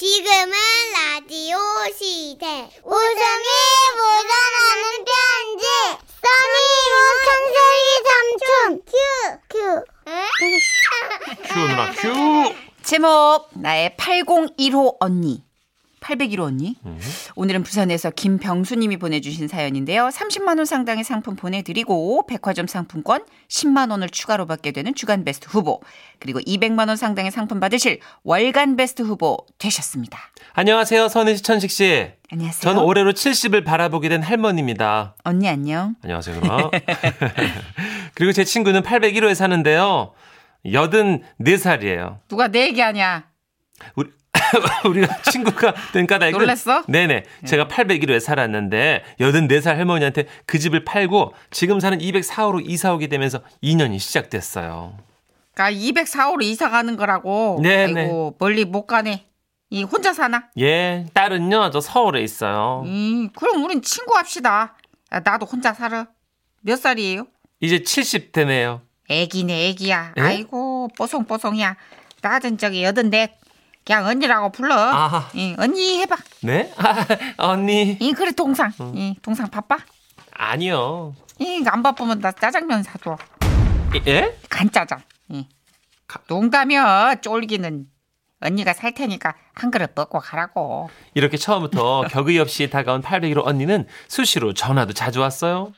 지금은 라디오 시대. 웃음이 묻어나는 편지. 써니 우천세기 삼촌. 큐. 큐. 큐 아, 누나 큐. 제목 나의 8015 언니 801호 언니 오늘은 부산에서 김병수님이 보내주신 사연인데요 30만 원 상당의 상품 보내드리고 백화점 상품권 10만 원을 추가로 받게 되는 주간 베스트 후보 그리고 200만 원 상당의 상품 받으실 월간 베스트 후보 되셨습니다 안녕하세요 선희 씨 천식 씨. 안녕하세요 저는 올해로 70을 바라보게 된 할머니입니다. 언니 안녕 안녕하세요 누나. 그리고 제 친구는 801호에 사는데요. 84살이에요. 누가 내 얘기하냐 우리, 우리가 친구가 된 까닭은 놀랐어? 네네. 제가 801호에 살았는데 84살 할머니한테 그 집을 팔고 지금 사는 204호로 이사 오게 되면서 2년이 시작됐어요. 그러니까 204호로 이사 가는 거라고 네, 아이고 멀리 못 가네 이 혼자 사나 예, 딸은요. 저 서울에 있어요. 음, 그럼 우린 친구 합시다. 아, 나도 혼자 살아. 몇 살이에요? 이제 70대네요. 애기네, 애기야. 에? 아이고, 뽀송뽀송이야. 낮은 저기 여든넷. 그냥 언니라고 불러. 아하. 예, 언니 해봐. 네? 아, 언니. 이 그래, 동상. 어. 이 동상 바빠? 아니요. 이 안 바쁘면 나 짜장면 사줘. 예? 간짜장. 예. 가- 농담이야, 쫄기는. 언니가 살 테니까 한 그릇 먹고 가라고. 이렇게 처음부터 격의 없이 다가온 801호 언니는 수시로 전화도 자주 왔어요.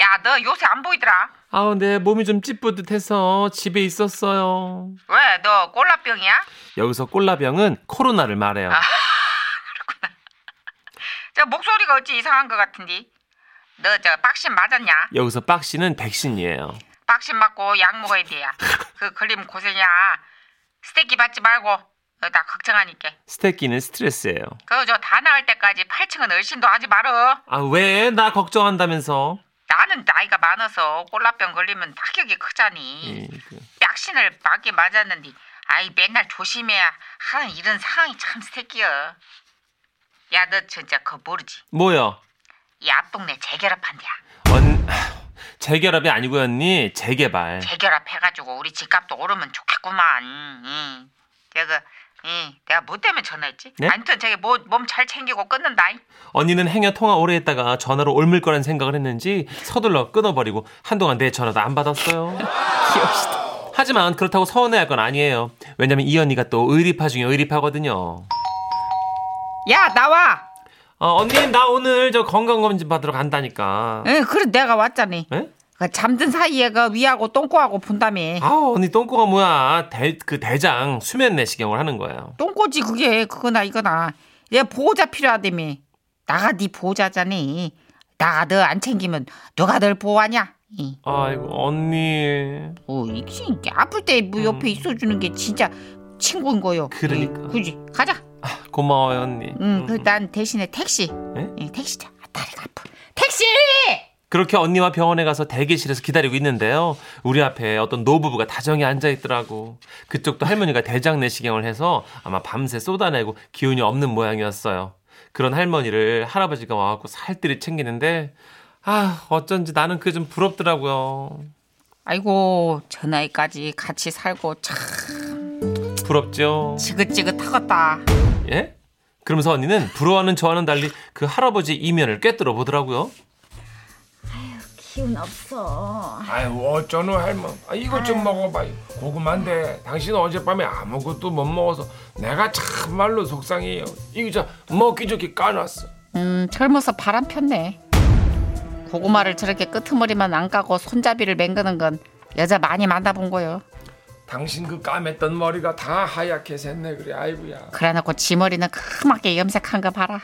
야, 너 요새 안 보이더라. 아우, 내 몸이 좀 찌뿌듯해서 집에 있었어요. 왜, 너 꼴라병이야? 여기서 꼴라병은 코로나를 말해요. 저 목소리가 어찌 이상한 것 같은데. 너 저 박신 맞았냐? 여기서 박씨는 백신이에요. 박신 맞고 약 먹어야 돼야. 그 걸리면 고생이야. 스테이크 받지 말고 어, 나 걱정하니까. 스테끼는 스트레스예요. 그거 저 다 나을 때까지 8층은 얼씬도 하지 말어. 아, 왜? 나 걱정한다면서. 나는 나이가 많아서 꼴라병 걸리면 타격이 크잖니. 예, 그. 백신을 맞게 맞았는데 아이 맨날 조심해야 하는 이런 상황이 참 스테이크야. 야 너 진짜 그거 모르지? 뭐야? 이 앞동네 재결합한대야. 언... 재결합이 아니고 언니, 재개발. 재결합해가지고 우리 집값도 오르면 좋겠구만. 응. 내가 응. 내가 뭐 때문에 전화했지? 네? 아무튼 저기 뭐, 몸 잘 챙기고 끊는다. 언니는 행여 통화 오래 했다가 전화로 옮을 거란 생각을 했는지 서둘러 끊어버리고 한동안 내 전화도 안 받았어요. 귀엽시다. 하지만 그렇다고 서운해할 건 아니에요. 왜냐면 이 언니가 또 의리파 중에 의리파거든요. 야 나와. 어, 언니 나 오늘 저 건강검진 받으러 간다니까. 응, 그래 내가 왔잖니. 에? 그 잠든 사이에 그 위하고 똥꼬하고 본다며. 아우 언니 똥꼬가 뭐야. 대, 그 대장 수면 내시경을 하는 거예요. 똥꼬지 그게 그거나 이거나. 얘 보호자 필요하다며. 나가 네 보호자잖니. 나가 너 안 챙기면 누가 널 보호하냐? 이. 아이고 언니. 어, 이 이게 아플 때 뭐 옆에 있어주는 게 진짜 친구인 거요. 음. 그러니까. 이, 그지. 가자. 고마워요 언니. 응, 그 난 대신에 택시. 예? 예, 택시 자. 아, 다리가 아파. 택시! 그렇게 언니와 병원에 가서 대기실에서 기다리고 있는데요. 우리 앞에 어떤 노부부가 다정히 앉아 있더라고. 그쪽도 할머니가 대장 내시경을 해서 아마 밤새 쏟아내고 기운이 없는 모양이었어요. 그런 할머니를 할아버지가 와갖고 살뜰히 챙기는데 아 어쩐지 나는 그게 좀 부럽더라고요. 아이고, 저 나이까지 같이 살고 참 부럽죠? 지긋지긋하겠다. 예? 그러면서 언니는 부러워하는 저와는 달리 그 할아버지 이면을 꿰뚫어 보더라고요. 기운 없어. 아유 어쩌노 할멈 아, 이것 좀 먹어봐요 고구마인데 당신 어젯밤에 아무것도 못 먹어서 내가 참말로 속상해요 이거 저 먹기 좋게 까놨어 음, 젊어서 바람 폈네. 고구마를 저렇게 끄트머리만 안 까고 손잡이를 맹그는 건 여자 많이 만나본 거요. 당신 그 까맸던 머리가 다 하얗게 샜네 그래 아이고야 그래놓고 지 머리는 크맣게 염색한 거 봐라.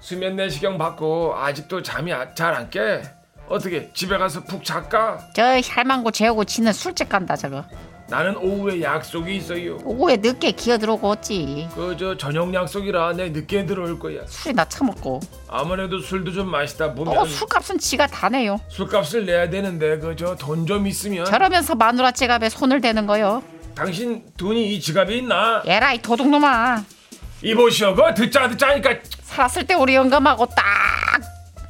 수면 내시경 받고 아직도 잠이 잘 안 깨 어떻게 집에 가서 푹 잘까 저 혈망고 재우고 지는 술집 간다 저거. 나는 오후에 약속이 있어요 오후에 늦게 기어 들어오고 어찌. 그 저 저녁 약속이라 내 늦게 들어올 거야 술이나 처먹고. 아무래도 술도 좀 마시다 보면 또 어, 술값은 지가 다 내요. 술값을 내야 되는데 그 저 돈 좀 있으면 저러면서 마누라 지갑에 손을 대는 거요. 당신 돈이 이 지갑에 있나? 에라이 도둑놈아. 이보시오, 그 듣자 듣자니까 살았을 때 우리 영감하고 딱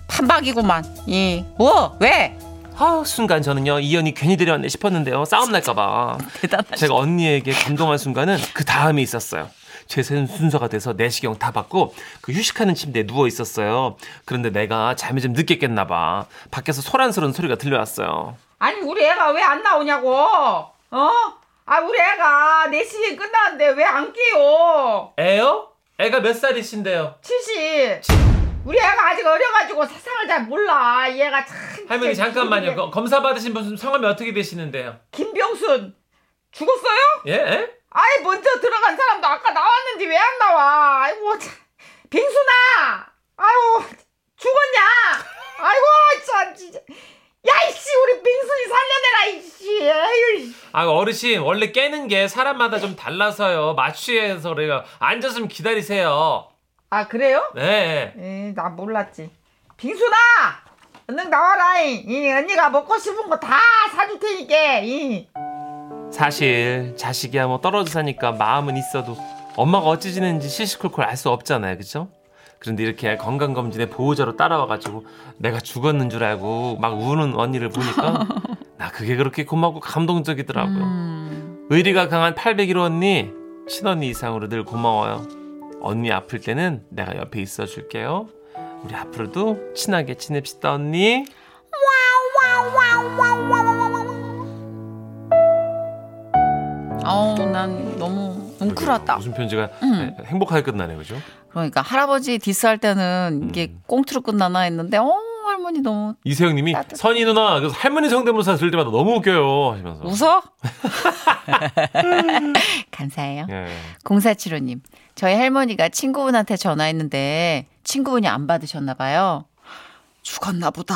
판박이구만. 예. 뭐? 왜? 아 순간 저는요 이 언니 괜히 데려왔네 싶었는데요 싸움 날까봐 대단하시다. 제가 언니에게 감동한 순간은 그 다음이 있었어요 제 순- 순서가 돼서 내시경 다 받고 그 휴식하는 침대에 누워 있었어요. 그런데 내가 잠이 좀 늦게 깼나 봐. 밖에서 소란스러운 소리가 들려왔어요. 아니 우리 애가 왜 안 나오냐고 어? 아 우리 애가 4시 끝나는데 왜 안 깨요 애요? 애가 몇 살이신데요? 70 우리 애가 아직 어려가지고 세상을 잘 몰라 얘가 참 할머니 네, 진짜 잠깐만요. 기분이- 거- 검사 받으신 분 성함이 어떻게 되시는데요? 김병순 죽었어요? 예? 예? 아이 먼저 들어간 사람도 아까 나왔는지 왜 안 나와 아이고 참. 빙순아 아이고 죽었냐 아이고 참 진짜 야이씨 우리 빙순이 살려내라 이씨 에휴 이씨. 아 어르신 원래 깨는 게 사람마다 좀 달라서요. 마취해서 그래요. 앉았으면 기다리세요. 아 그래요? 네. 예, 에나 몰랐지. 빙순아, 얼른 나와라. 이. 이 언니가 먹고 싶은 거 다 사줄 테니까. 이. 사실 자식이야 뭐 떨어져 사니까 마음은 있어도 엄마가 어찌 지내는지 시시콜콜 알 수 없잖아요. 그죠? 그런데 이렇게 건강검진의 보호자로 따라와가지고 내가 죽었는 줄 알고 막 우는 언니를 보니까 나 그게 그렇게 고맙고 감동적이더라고요. 음. 의리가 강한 801호 언니, 친언니 이상으로 늘 고마워요. 언니 아플 때는 내가 옆에 있어 줄게요. 우리 앞으로도 친하게 지냅시다, 언니. 아우 난 너무 뭉클하다. 무슨 편지가 아, 음. 행복하게 끝나네, 그죠? 그러니까 할아버지 디스할 때는 이게 음. 꽁트로 끝나나 했는데 어 할머니 너무 이세영님이 따뜻해. 선희 누나 그래서 할머니 성대모사 들을 때마다 너무 웃겨요 하시면서. 웃어? 감사해요. 예. 공사치로님 저희 할머니가 친구분한테 전화했는데 친구분이 안 받으셨나 봐요. 죽었나 보다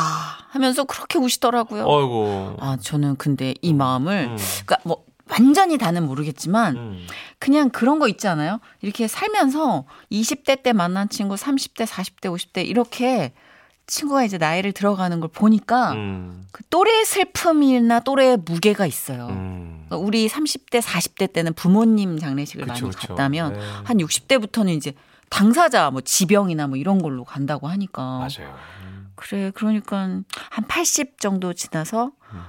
하면서 그렇게 우시더라고요. 어이고. 아 저는 근데 이 마음을 음. 그러니까 뭐 완전히 다는 모르겠지만 음. 그냥 그런 거 있잖아요. 이렇게 살면서 20대 때 만난 친구, 30대, 40대, 50대 이렇게 친구가 이제 나이를 들어가는 걸 보니까 음. 그 또래의 슬픔이나 또래의 무게가 있어요. 음. 그러니까 우리 30대, 40대 때는 부모님 장례식을 그쵸, 많이 그쵸. 갔다면 네. 한 60대부터는 이제 당사자 뭐 지병이나 뭐 이런 걸로 간다고 하니까 맞아요. 그래 그러니까 한 80 정도 지나서 음.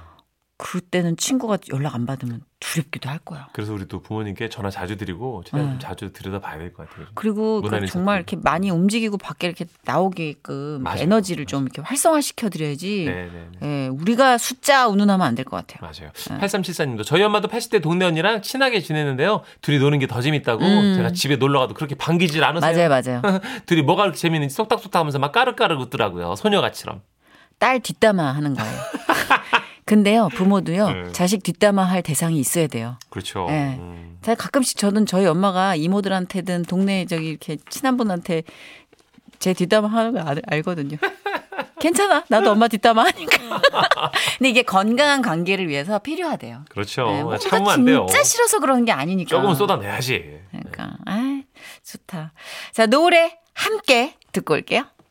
그때는 친구가 연락 안 받으면 두렵기도 할 거야. 그래서 우리 또 부모님께 전화 자주 드리고 최대한 좀 음. 자주 들여다봐야 될 것 같아요. 그리고 그 무난히 정말 있었죠. 이렇게 많이 움직이고 밖에 이렇게 나오게끔 맞아요. 에너지를 좀 이렇게 활성화시켜 드려야지. 네, 네, 네. 예, 우리가 숫자 운운하면 안 될 것 같아요. 맞아요. 8374님도 저희 엄마도 80대 동네 언니랑 친하게 지내는데요. 둘이 노는 게 더 재밌다고 음. 제가 집에 놀러 가도 그렇게 반기질 않으세요. 맞아요, 맞아요. 둘이 뭐가 그렇게 재밌는지 속닥속닥하면서 막 까르까르 웃더라고요. 소녀같이럼. 딸 뒷담화 하는 거예요. 근데요, 부모도요, 네. 자식 뒷담화 할 대상이 있어야 돼요. 그렇죠. 네. 음. 자, 가끔씩 저는 저희 엄마가 이모들한테든 동네 저기 이렇게 친한 분한테 제 뒷담화 하는 걸 알, 알거든요. 괜찮아. 나도 엄마 뒷담화 하니까. 근데 이게 건강한 관계를 위해서 필요하대요. 그렇죠. 네, 뭐가 참으면 안 돼요. 진짜 싫어서 그런 게 아니니까. 조금 쏟아내야지. 그러니까 아 좋다. 자 노래 함께 듣고 올게요.